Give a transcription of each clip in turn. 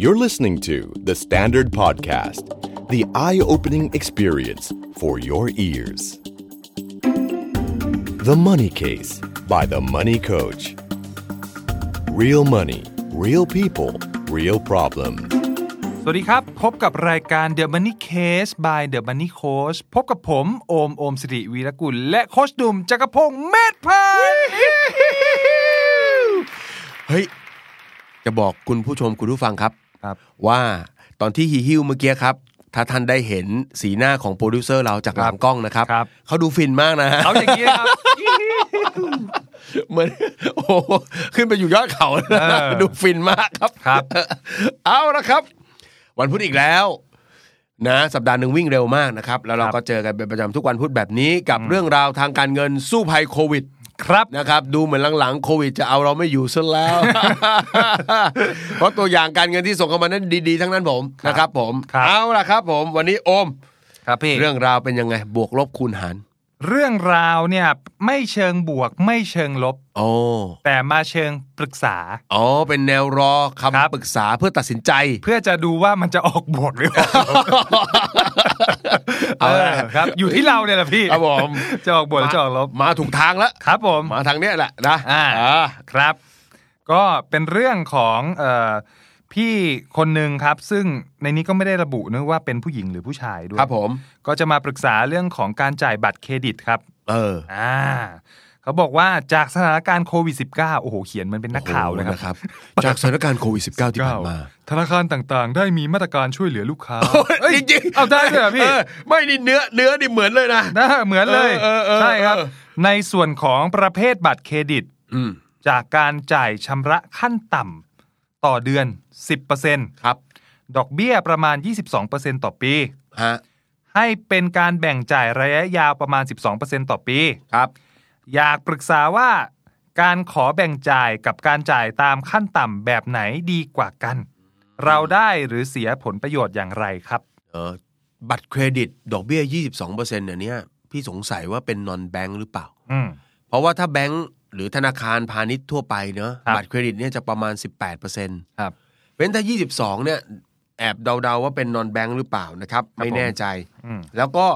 You're listening to The Standard Podcast, the eye opening experience for your ears. The Money Case by The Money Coach. Real money, real people, real problem. สวัสดีครับ พบกับรายการ The Money Case by The Money Coach พบกับผม โอม โอมสิริวีรกุล และโคชดุมจักรพงษ์เมธพันธ์ เฮ้ย จะบอกคุณผู้ชมคุณผู้ฟังครับ ครับ ว่าตอนที่ฮีฮิวเมื่อกี้ครับ ถ้าท่านได้เห็นสีหน้าของโปรดิวเซอร์เราจากหลังกล้องนะครับ ครับ เขาดูฟินมากนะฮะ เอาอย่างนี้นะครับ เหมือนโอ้โหขึ้นไปอยู่ยอดเขาแล้วนะ เออ ดูฟินมากครับ ครับ เอาละครับ วันพุธอีกแล้ว นะ สัปดาห์หนึ่งวิ่งเร็วมากนะครับ แล้วเรา ครับ ก็เจอกันเป็นประจำทุกวันพุธแบบนี้กับเรื่องราวทางการเงินสู้ภัยโควิด ครับ นะครับดูเหมือนหลังๆ โควิดจะเอาเราไม่อยู่ซะแล้ว เพราะตัวอย่างการเงินที่ส่งเข้ามานั้นดีๆ ทั้งนั้นผม ครับ นะครับผม ครับ เอาล่ะครับผมวันนี้โอม ครับพี่ เรื่องราวเป็นยังไง บวกลบคูณหาร เรื่องราวเนี่ยไม่เชิงบวกไม่เชิงลบ โอ้ แต่มาเชิงปรึกษา อ๋อเป็นแนวรอค ครับ ำปรึกษาเพื่อตัดสิน ใจ เพื่อจะดูว่ามันจะออกบวกหรือออกลบ เอาละ เออครับ อยู่ที่เราเนี่ยแหละพี่ ครับผม จะออกบวกหรือจะออกลบ มาถูกทาง แล้ว ครับผม มาทางเนี้ยแหละนะ อ่า อ่า ครับ ก็เป็นเรื่องของเอ่อพี่คนหนึ่งครับ ซึ่งในนี้ก็ไม่ได้ระบุนะว่าเป็นผู้หญิงหรือผู้ชายด้วย ครับผม ก็จะมาปรึกษาเรื่องของการจ่ายบัตรเครดิตครับ เออ อ่าเขาบอกว่าจากสถานการณ์โควิด -19 โอ้โห เขียนมันเป็นนักข่าว โอ้ นะคโหรั นะ บ ครับ จากสถานการณ์โควิด -19 ที่ผ่านมา ธนาคารต่างๆ ได้มีมาตรการช่วยเหลือลูกค้า เอ้ยจริงๆ เอาได้เลยเหรอพี่ เออไม่นี่เนื้อเนื้อนี่เหมือนเลยนะ นะเหมือนเลย เออเออเออ ใช่ครับ เออ ในส่วนของประเภทบัตรเครดิต อืม จากการจ่ายชำระขั้นต่ำต่อเดือน 10% ครับ ดอกเบี้ยประมาณ 22%ต่อปี ฮะ ให้เป็นการแบ่งจ่ายระยะยาวประมาณ 12%ต่อปี ครับ อยากปรึกษาว่าการขอแบ่งจ่ายกับการจ่ายตามขั้นต่ำแบบไหนดีกว่ากัน เราได้หรือเสียผลประโยชน์อย่างไรครับ เออบัตรเครดิต ดอกเบี้ย 22เปอร์เซ็นต์เนี่ย พี่สงสัยว่าเป็นนอนแบง k ์หรือเปล่า อืม เพราะว่าถ้าแบงก์หรือธนาคารพาณิชย์ทั่วไปเนอะ ครับ บัตรเครดิตเนี่ยจะประมาณ 18เปอร์เซ็นต์ ครับ เพราะฉะนั้นถ้า 22 เนี่ย แอบเดาๆว่าเป็นนอนแบง k ์หรือเปล่านะครับ ไม่แน่ใจ อืม แล้วก็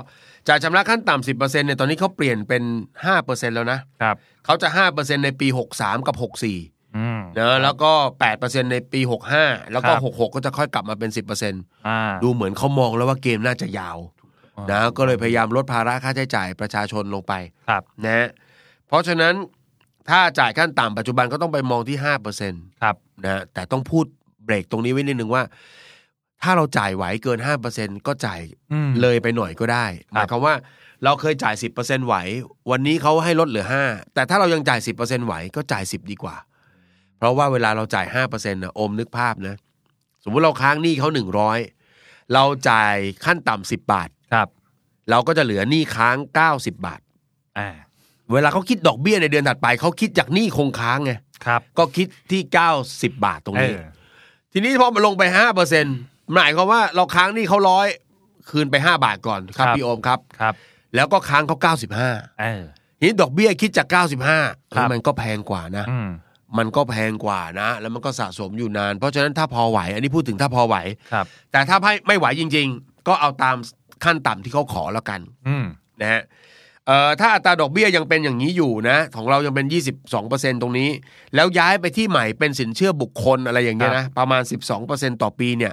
จ่ายชำระขั้นต่ำ10เปอร์เซ็นต์เนี่ย ตอนนี้เขาเปลี่ยนเป็น5เปอร์เซ็นต์แล้วนะครับ เขาจะ5เปอร์เซ็นต์ในปี 63 กับ 64 อืม เนอะแล้วก็8เปอร์เซ็นต์ในปี 65 แล้วก็ ครับ 66 ก็จะค่อยกลับมาเป็น 10เปอร์เซ็นต์ อ่า ดูเหมือนเขามองแล้วว่าเกมน่าจะยาว อ่าน นะก็เลยพยายามลดภาระค่าใช้จ่ายประชาชนลงไป ครับ นะฮะเพราะฉะนั้นถ้าจ่ายขั้นต่ำปัจจุบันก็ต้องไปมองที่5%เปอร์เซ็นต ครับ นะฮะแต่ต้องพูดเบรกตรงนี้ไว้นิดนึงว่า ถ้าเราจ่ายไหวเกิน 5%ก็จ่าย อืม เลยไปหน่อยก็ได้ ค ห รับ มายความว่าเราเคยจ่าย 10%ไหว วันนี้เขาให้ลดเหลือ 5 แต่ถ้าเรายังจ่าย 10%ไหวก็จ่าย 10 ดีกว่า เพราะว่าเวลาเราจ่าย 5%นะอมนึกภาพนะ สมมุติเราค้างหนี้เขา 100 เราจ่ายขั้นต่ำ10 บาท ครับ เราก็จะเหลือหนี้ค้าง 90 บาท อ่า เวลาเขาคิดดอกเบี้ยในเดือนถัดไปเขาคิดจากหนี้คงค้างไง ครับ ก็คิดที่ 90 บาทตรง เอ นี้ อ ทีนี้พอมันลงไปห้าเปอร์เซ็นหมายความว่าเราค้างหนี้เขาร้อยคืนไปห้าบาทก่อนครับพี่โอมครับ ครับ แล้วก็ค้างเขาเก้าสิบห้า เออ ทีนี้ดอกเบี้ยคิดจากเก้าสิบห้า ครับ มันก็แพงกว่านะ อืม มันก็แพงกว่านะ แล้วมันก็สะสมอยู่นาน เพราะฉะนั้นถ้าพอไหว อันนี้พูดถึงถ้าพอไหว ครับ แต่ถ้าไม่ไม่ไหวจริง ๆ ก็เอาตามขั้นต่ำที่เขาขอแล้วกัน อืม นะฮะเอ่อถ้าอัตราดอกเบี้ยยังเป็นอย่างนี้อยู่นะ ของเรายังเป็น 22%ตรงนี้ แล้วย้ายไปที่ใหม่เป็นสินเชื่อบุคคลอะไรอย่างเงี้ยนะประมาณ 12%ต่อปีเนี่ย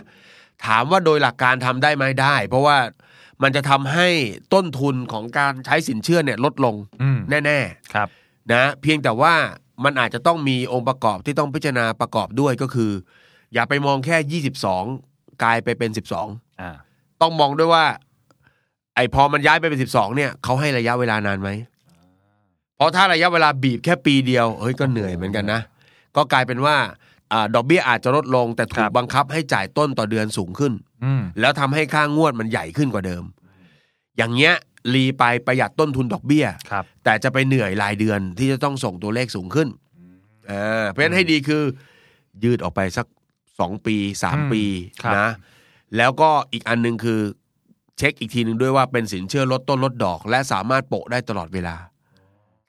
ถามว่าโดยหลักการทำได้ไหมได้ เพราะว่ามันจะทำให้ต้นทุนของการใช้สินเชื่อเนี่ยลดลง อืม แน่ๆ ครับ นะเพียงแต่ว่ามันอาจจะต้องมีองค์ประกอบที่ต้องพิจารณาประกอบด้วยก็คือ อย่าไปมองแค่ 22 กลายไปเป็น 12 อ่า ต้องมองด้วยว่า ไอ้พอมันย้ายไปเป็น 12 เนี่ยเขาให้ระยะเวลานานไหมเพราะถ้าระยะเวลาบีบแค่ปีเดียวเฮ้ยก็เหนื่อยเหมือนกันนะ ก็กลายเป็นว่าอาดอกเบี้ยอาจจะลดลง แต่ถู ครั ก บ บังคับให้จ่ายต้นต่อเดือนสูงขึ้น อืม แล้วทำให้ค่างวดมันใหญ่ขึ้นกว่าเดิม อย่างเงี้ยรีไปประหยัดต้นทุนดอกเบี้ย ครับ แต่จะไปเหนื่อยรายเดือนที่จะต้องส่งตัวเลขสูงขึ้นเออเพราะฉะนั้นให้ดีคือ ยืดออกไปสักสองปีสาม อืม ปี ครับ นะ แล้วก็อีกอันหนึงคือเช็คอีกทีหนึ่งด้วยว่าเป็นสินเชื่อลดต้นลดดอก และสามารถโปะได้ตลอดเวลา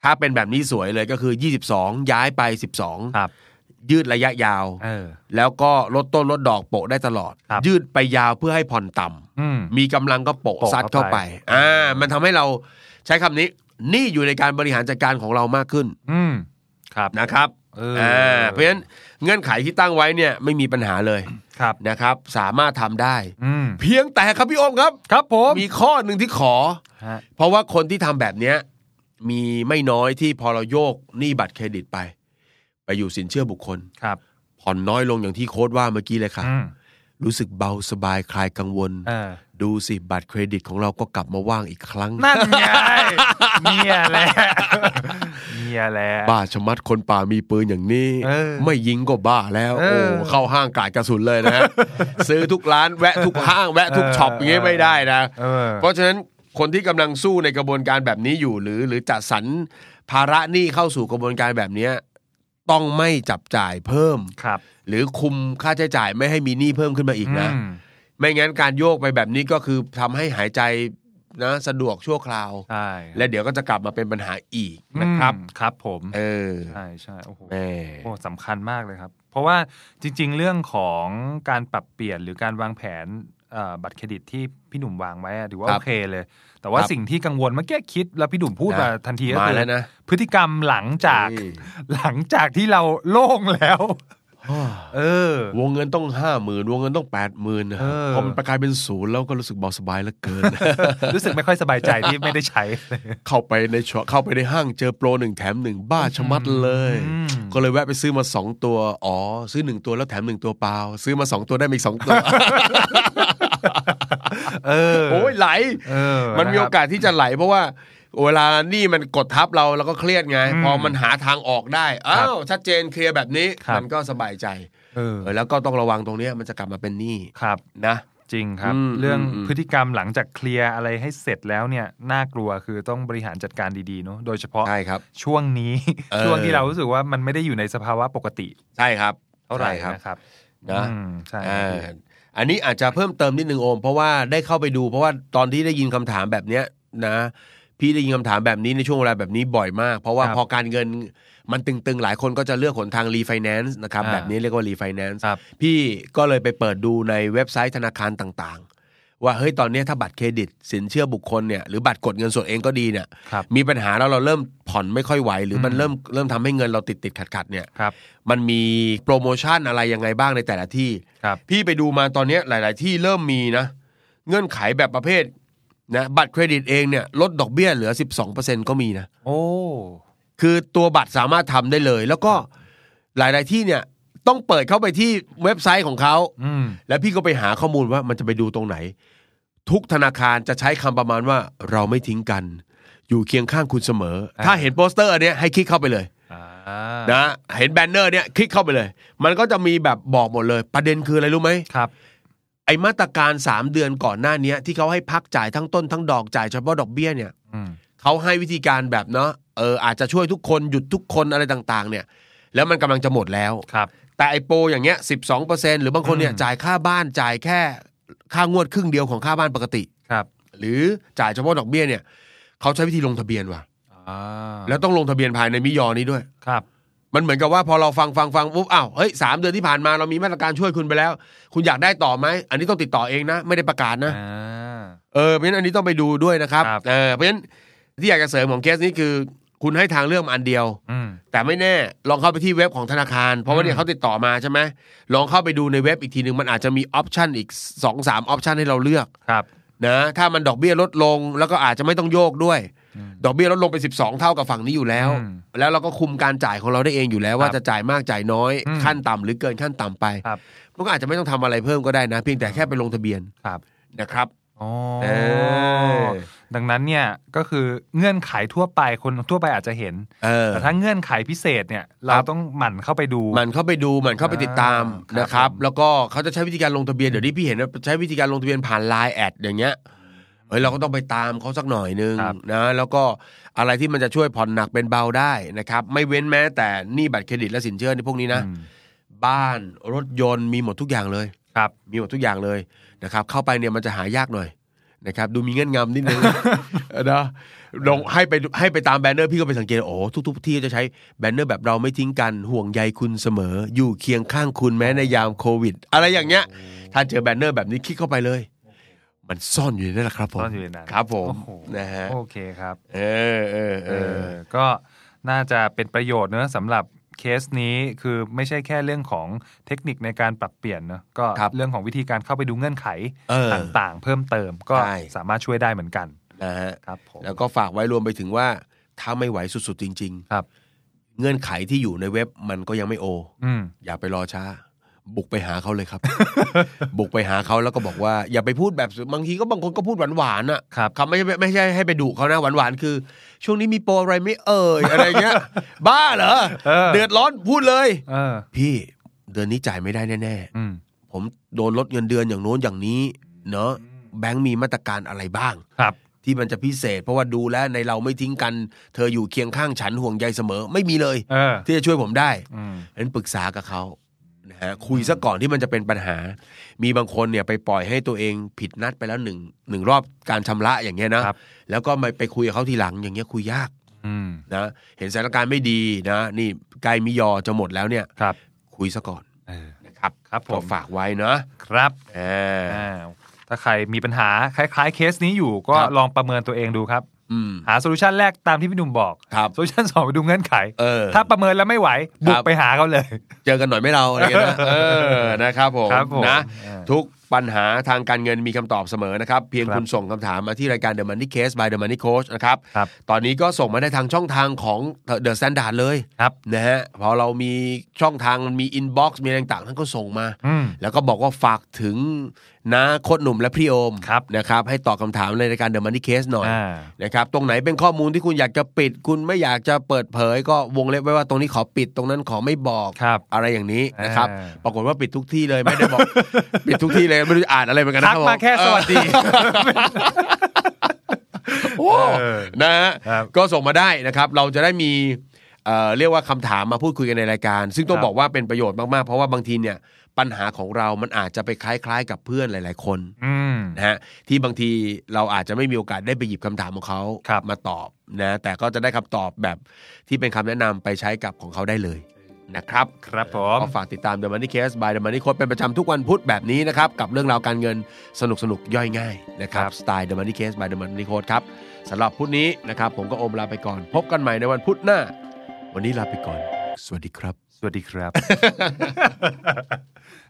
ถ้าเป็นแบบนี้สวยเลยก็คือ 22 ย้ายไป ครับ ยืดระยะยาว เออ แล้วก็ลดต้นลดดอกโปะได้ตลอด ครับ ยืดไปยาวเพื่อให้ผ่อนต่ำ อืม มีกำลังก็โปะ โปะ ซัดเข้าไป เข้าไป อ่า มันทำให้เราใช้คำนี้หนี่อยู่ในการบริหารจัดการของเรามากขึ้น อืมครับ นะครับ เอออ่ อ่าเพราะฉะนั้นเงื่อนไขที่ตั้งไว้เนี่ยไม่มีปัญหาเลย ครับ นะครับ สามารถทำได้ อืม เพียงแต่ครับพี่โอมครับ ครับผม มีข้อหนึ่งที่ขอ ฮะ เพราะว่าคนที่ทำแบบเนี้ยมีไม่น้อยที่พอเราโยกหนี้บัตรเครดิตไป ไปอยู่สินเชื่อบุคคล ครับ ผ่อนน้อยลงอย่างที่โค้ดว่าเมื่อกี้เลยค่ะ อืม รู้สึกเบาสบายคลายกังวล เออ ดูสิบัตรเครดิตของเราก็กลับมาว่างอีกครั้ง นั่นไงเนี่ยแหละเนี่ยแหละ บ้าชะมัดคนป่ามีปืนอย่างนี้ เออ ไม่ยิงก็บ้าแล้ว เอ โอ้ อ เข้าห้างกาดกระสุนเลยนะ ฮะ ซื้อทุกร้านแวะทุกห้างแวะทุกช็อป เออ อย่างนี้ เออ ไม่ได้นะ เออ เพราะฉะนั้นคนที่กำลังสู้ในกระบวนการแบบนี้อยู่หรือ หรือจัดสรรภาระหนี้เข้าสู่กระบวนการแบบเนี้ยต้องไม่จับจ่ายเพิ่ม ครับ หรือคุมค่าใช้จ่ายไม่ให้มีหนี้เพิ่มขึ้นมาอีกนะ อืม ไม่งั้นการโยกไปแบบนี้ก็คือทำให้หายใจนะสะดวกชั่วคราว ใช่ และเดี๋ยวก็จะกลับมาเป็นปัญหาอีกนะครับ อืมครับผม เออ ใช่ใช่โอ้โห แม่ โอ้สำคัญมากเลยครับ เพราะว่าจริง ๆ เรื่องของการปรับเปลี่ยนหรือการวางแผนเอ่อบัตรเครดิตที่พี่หนุ่มวางไว้อะถือว่า ครั โอบ เคเลย แต่ว่า ครับ สิ่งที่กังวลเมื่อกี้คิดแล้วพี่หนุ่มพูด นะ มาทันทีก็ มา คือ แล้วนะ พฤติกรรมหลังจากหลังจากที่เราโล่งแล้ว เออ วงเงินต้องห้าหมื่นวงเงินต้องแปดหมื่น เออ พอมันประกลายเป็นศูนย์แล้วก็รู้สึกเบาสบายเหลือเกิน รู้สึกไม่ค่อยสบายใจที่ไม่ได้ใช้ เข้าไปในช็อปเข้าไปในห้างเจอโปรหนึ่งแถมหนึ่งบ้าชะมัดเลย อืม ก็เลยแวะไปซื้อมาสองตัว อ๋อ ซื้อหนึ่งตัวแล้วแถมหนึ่งตัวเปล่า ซื้อมาสองตัวได้มาอีกสองตัว เออ โอ้ยไหล เออ มันมี ะ โอ ครับ กาสที่จะไหลเพราะว่าเวลานี่มันกดทับเราเราก็เครียดไง อืม พอมันหาทางออกได้อ้าวชัดเจนเคลียร์แบบนี้ ครับ มันก็สบายใจ เออ เออแล้วก็ต้องระวังตรงเนี้ยมันจะกลับมาเป็นหนี้ ครับ นะ จริงครับ อืม เรื่อง อืม พฤติกรรมหลังจากเคลียร์อะไรให้เสร็จแล้วเนี่ยน่ากลัวคือต้องบริหารจัดการดีๆเนอะโดยเฉพาะ ใช่ครับ ช่วงนี้ เออ ช่วงที่เรารู้สึกว่ามันไม่ได้อยู่ในสภาวะปกติ ใช่ครับ เท่าไหร่ ใช่ครับ นะครับ นะ อืมใช่ อ่าอันนี้อาจจะเพิ่มเติมนิดนึงโอม เพราะว่าได้เข้าไปดูเพราะว่าตอนที่ได้ยินคำถามแบบเนี้ยนะ พี่ได้ยินคำถามแบบนี้ในช่วงเวลาแบบนี้บ่อยมาก เพราะว่า ครับ พอการเงินมันตึงๆ หลายคนก็จะเลือกหนทางรีไฟแนนซ์นะครับ อ่า แบบนี้เรียกว่ารีไฟแนนซ์ ครับ พี่ก็เลยไปเปิดดูในเว็บไซต์ธนาคารต่างๆ ว่าเฮ้ยตอนเนี้ยถ้าบัตรเครดิต สินเชื่อบุคคลเนี่ยหรือบัตรกดเงินสดเองก็ดีเนี่ย ครับ มีปัญหาแล้วเราเริ่มผ่อนไม่ค่อยไหว หรืออ ม มันเริ่มเริ่มทำให้เงินเราติดติดขัดขัดๆเนี่ย ครับ มันมีโปรโมชั่นอะไรยังไงบ้างในแต่ละที่ ครับ พี่ไปดูมาตอนเนี้ยหลาย ๆ ที่เริ่มมีนะ เงื่อนไขแบบประเภทนะบัตรเครดิตเองเนี่ยลดดอกเบี้ยเหลือ 12%ก็มีนะ โอ้ คือตัวบัตรสามารถทำได้เลย แล้วก็หลาย ๆ ที่เนี่ยต้องเปิดเข้าไปที่เว็บไซต์ของเขา อืม แล้วพี่ก็ไปหาข้อมูลว่ามันจะไปดูตรงไหน ทุกธนาคารจะใช้คำประมาณว่าเราไม่ทิ้งกัน อยู่เคียงข้างคุณเสมอ ถ้าเห็นโปสเตอร์อันเนี้ยให้คลิกเข้าไปเลย อ่า นะเห็นแบนเนอร์เนี่ยคลิกเข้าไปเลย มันก็จะมีแบบบอกหมดเลย ประเด็นคืออะไรรู้ไหม ครับ ไอมาตรการ 3 เดือนก่อนหน้าเนี้ยที่เขาให้พักจ่ายทั้งต้นทั้งดอกจ่ายเฉพาะดอกเบี้ยเนี่ย อืม เขาให้วิธีการแบบเนาะเอออาจจะช่วยทุกคนหยุดทุกคนอะไรต่างๆ เนี่ย แล้วมันกำลังจะหมดแล้ว ครับ แต่ไอโปรอย่างเงี้ยสิหรือบางคนเนี่ย อืม จ่ายค่าบ้านจ่ายแค่ค่างวดครึ่งเดียวของค่าบ้านปกติ ครับ หรือจ่ายเฉพาะดอกเบี้ยเนี่ยเขาใช้วิธีลงทะเบียนว่ะ อ่า แล้วต้องลงทะเบียนภายในมิยอนี้ด้วย ครับ มันเหมือนกับว่าพอเราฟังฟังฟังปุ๊บอ้าวเฮ้ยสามเดือนที่ผ่านมาเรามีมาตรการช่วยคุณไปแล้ว คุณอยากได้ต่อไหม อันนี้ต้องติดต่อเองนะ ไม่ได้ประกาศนะ อ่า เออเพราะฉะนั้นอันนี้ต้องไปดูด้วยนะครับ ครับ เออเพราะฉะนั้นที่อยากจะเสริมของเคสนี้คือ คุณให้ทางเลือกมาอันเดียว อืม แต่ไม่แน่ลองเข้าไปที่เว็บของธนาคาร เพราะว่าเนี่ยเขาติดต่อมาใช่ไหมลองเข้าไปดูในเว็บอีกทีหนึ่งมันอาจจะมีออปชันอีก2อสามออปชันให้เราเลือก ครับ นะถ้ามันดอกเบี้ยลดลงแล้วก็อาจจะไม่ต้องโยกด้วย อืม ดอกเบี้ยลดลงไป 12 เท่ากับฝั่งนี้อยู่แล้ว อืม แล้วเราก็คุมการจ่ายของเราได้เองอยู่แล้วคว่ารับ จะจ่ายมากจ่ายน้อย อืม ขั้นต่ำหรือเกินขั้นต่ำไป ครับ มันก็อาจจะไม่ต้องทำอะไรเพิ่มก็ได้นะ เพียงแต่แค่ไปลงทะเบียน ครับ นะครับ อ๋อ เออ ดังนั้นเนี่ยก็คือเงื่อนไขทั่วไปคนทั่วไปอาจจะเห็น เออ แต่ถ้าเงื่อนไขพิเศษเนี่ย ค เรา รับ ต้องหมั่นเข้าไปดู มันเข้าไปดูมันเข้าไปติดตาม อ่าน นะค ครั รับ บผม แล้วก็เขาจะใช้วิธีการลงทะเบียนเดี๋ยวนี้พี่เห็นว่าใช้วิธีการลงทะเบียนผ่านไลน์แอดอย่างเงี้ยเอ้ยเราก็ต้องไปตามเขาสักหน่อยนึง ครับ นะแล้วก็อะไรที่มันจะช่วยผ่อนหนักเป็นเบาได้นะครับไม่เว้นแม้แต่หนี้บัตรเครดิตและสินเชื่อในพวกนี้นะ อืม บ้านรถยนต์มีหมดทุกอย่างเลย ครับ มีหมดทุกอย่างเลยนะครับเข้าไปเนี่ยมันจะหายากหน่อย นะครับดูมีเงื่อนงำนิด นึง เออนะลงให้ไปให้ไปตามแบนเนอร์พี่ก็ไปสังเกตโอ้ทุก ๆ ที่จะใช้แบนเนอร์แบบเราไม่ทิ้งกันห่วงใยคุณเสมอ อยู่เคียงข้างคุณแม้ในยามโควิด อะไรอย่างเงี้ย ถ้าเจอแบนเนอร์แบบนี้คลิกเข้าไปเลย มันซ่อนอยู่ในนั่นแหละครับผม ซ่อนอยู่ในนั้น ครับผม โอ้โห นะฮะ โอเคครับ เออเออเอ เอ อ อก็น่าจะเป็นประโยชน์เนอะสำหรับเคสนี้คือไม่ใช่แค่เรื่องของเทคนิคในการปรับเปลี่ยนเนอะก็ ครับ เรื่องของวิธีการเข้าไปดูเงื่อนไข เออ ต่างๆ เพิ่มเติมก็ ใช่ สามารถช่วยได้เหมือนกัน นะฮะ ครับผม แล้วก็ฝากไว้รวมไปถึงว่าถ้าไม่ไหวสุดๆจริง ครับ ๆ เงื่อนไขที่อยู่ในเว็บมันก็ยังไม่โอ อืม อย่าไปรอช้า บุกไปหาเขาเลยครับ บุกไปหาเขาแล้วก็บอกว่า อย่าไปพูดแบบบางทีก็บางคนก็พูดหวานหวานๆอะ ครับ ไม่ใช่ไม่ใช่ให้ไปดุเขานะหวานหวานๆคือ ช่วงนี้มีโปรอะไรไม่เอ่ยอะไรเงี้ย บ้าเหรอ เออ เดือดร้อนพูดเลย เออ พี่เดือนนี้จ่ายไม่ได้แน่ อืม ๆผมโดนลดเงินเดือนอย่างโน้นอย่างนี้ เนอะแบงค์มีมาตรการอะไรบ้าง ครับ ที่มันจะพิเศษ เพราะว่าดูแลในเราไม่ทิ้งกัน เธออยู่เคียงข้างฉันห่วงใยเสมอ ไม่มีเลย เออ ที่จะช่วยผมได้ อืม นั้นปรึกษากับเขานะฮะคุยซะก่อนที่มันจะเป็นปัญหา มีบางคนเนี่ยไปปล่อยให้ตัวเองผิดนัดไปแล้วหนึ่งหนึ่งรอบการชำระอย่างเงี้ยนะ ครับ แล้วก็มาไปคุยกับเขาทีหลังอย่างเงี้ยคุยยาก อืม นะเห็นสถานการณ์ไม่ดีนะ นี่ใกล้มิยอจะหมดแล้วเนี่ย ครับ คุยซะก่อน เออ นะครับ ครับผม ก็ฝากไว้นะครับ เออ อ่าถ้าใครมีปัญหาคล้ายๆเคสนี้อยู่ก็ ครับ ลองประเมินตัวเองดูครับ อืม หาโซลูชันแรกตามที่พี่หนุ่มบอก ครับ โซลูชันสองไปดูเงื่อนไข เออ ถ้าประเมินแล้วไม่ไหว บุ ค ก รับ ไปหาเขาเลย เจอกันหน่อยไหม่เราอะไร เงี้ยนะ เออ นะครับผม ครับผม นะ เออ ทุกปัญหาทางการเงินมีคำตอบเสมอนะครับ เพียง ครับ คุณส่งคำถามมาที่รายการ The Money Case by The Money Coach นะครับ ครับ ตอนนี้ก็ส่งมาได้ทางช่องทางของ The Standard เลย ครับ นะฮะพอเรามีช่องทางมันมี inbox มีอะไรต่างๆท่านก็ส่งมา อืม แล้วก็บอกว่าฝากถึงนาโคตรหนุ่มและพี่โอม ครับ นะครับ ให้ตอบคำถามในรายการ The Money Case หน่อย อ่า นะครับ ตรงไหนเป็นข้อมูลที่คุณอยากจะปิด คุณไม่อยากจะเปิดเผย ก็วงเล็บไว้ว่าตรงนี้ขอปิดตรงนั้นขอไม่บอก ครับ อะไรอย่างนี้นะครับ อ่า ปรากฏว่าปิดทุกที่เลยไม่ได้ บอก ปิดทุกที่เลยไม่รู้จะอ่านอะไรเหมือนกันนะ ทัก รับผ มาแค่สวัสดี โอ้ เออ นะฮะ ครับ ก็ส่งมาได้นะครับ เราจะได้มีเอ่อเรียกว่าคำถามมาพูดคุยกันในรายการ ซึ่งต้อง ครับ บอกว่าเป็นประโยชน์มาก ๆ เพราะว่าบางทีเนี่ยปัญหาของเรามันอาจจะไปคล้าย ๆ กับเพื่อนหลาย ๆ คน อืม นะฮะที่บางทีเราอาจจะไม่มีโอกาสได้ไปหยิบคำถามของเขา ครับ มาตอบนะแต่ก็จะได้คำตอบแบบที่เป็นคำแนะนำไปใช้กับของเขาได้เลยนะครับ ครับผม ก็ฝากติดตาม The Money Case by The Money Coach เป็นประจำทุกวันพุธแบบนี้นะครับ กับเรื่องราวการเงินสนุกสนุกๆย่อยง่ายนะครับ ครับ สไตล์ The Money Case by The Money Coach ครับสำหรับพุธนี้นะครับ ผมก็โอมลาไปก่อน พบกันใหม่ในวันพุธหน้า วันนี้ลาไปก่อน สวัสดีครับ สวัสดี ครับ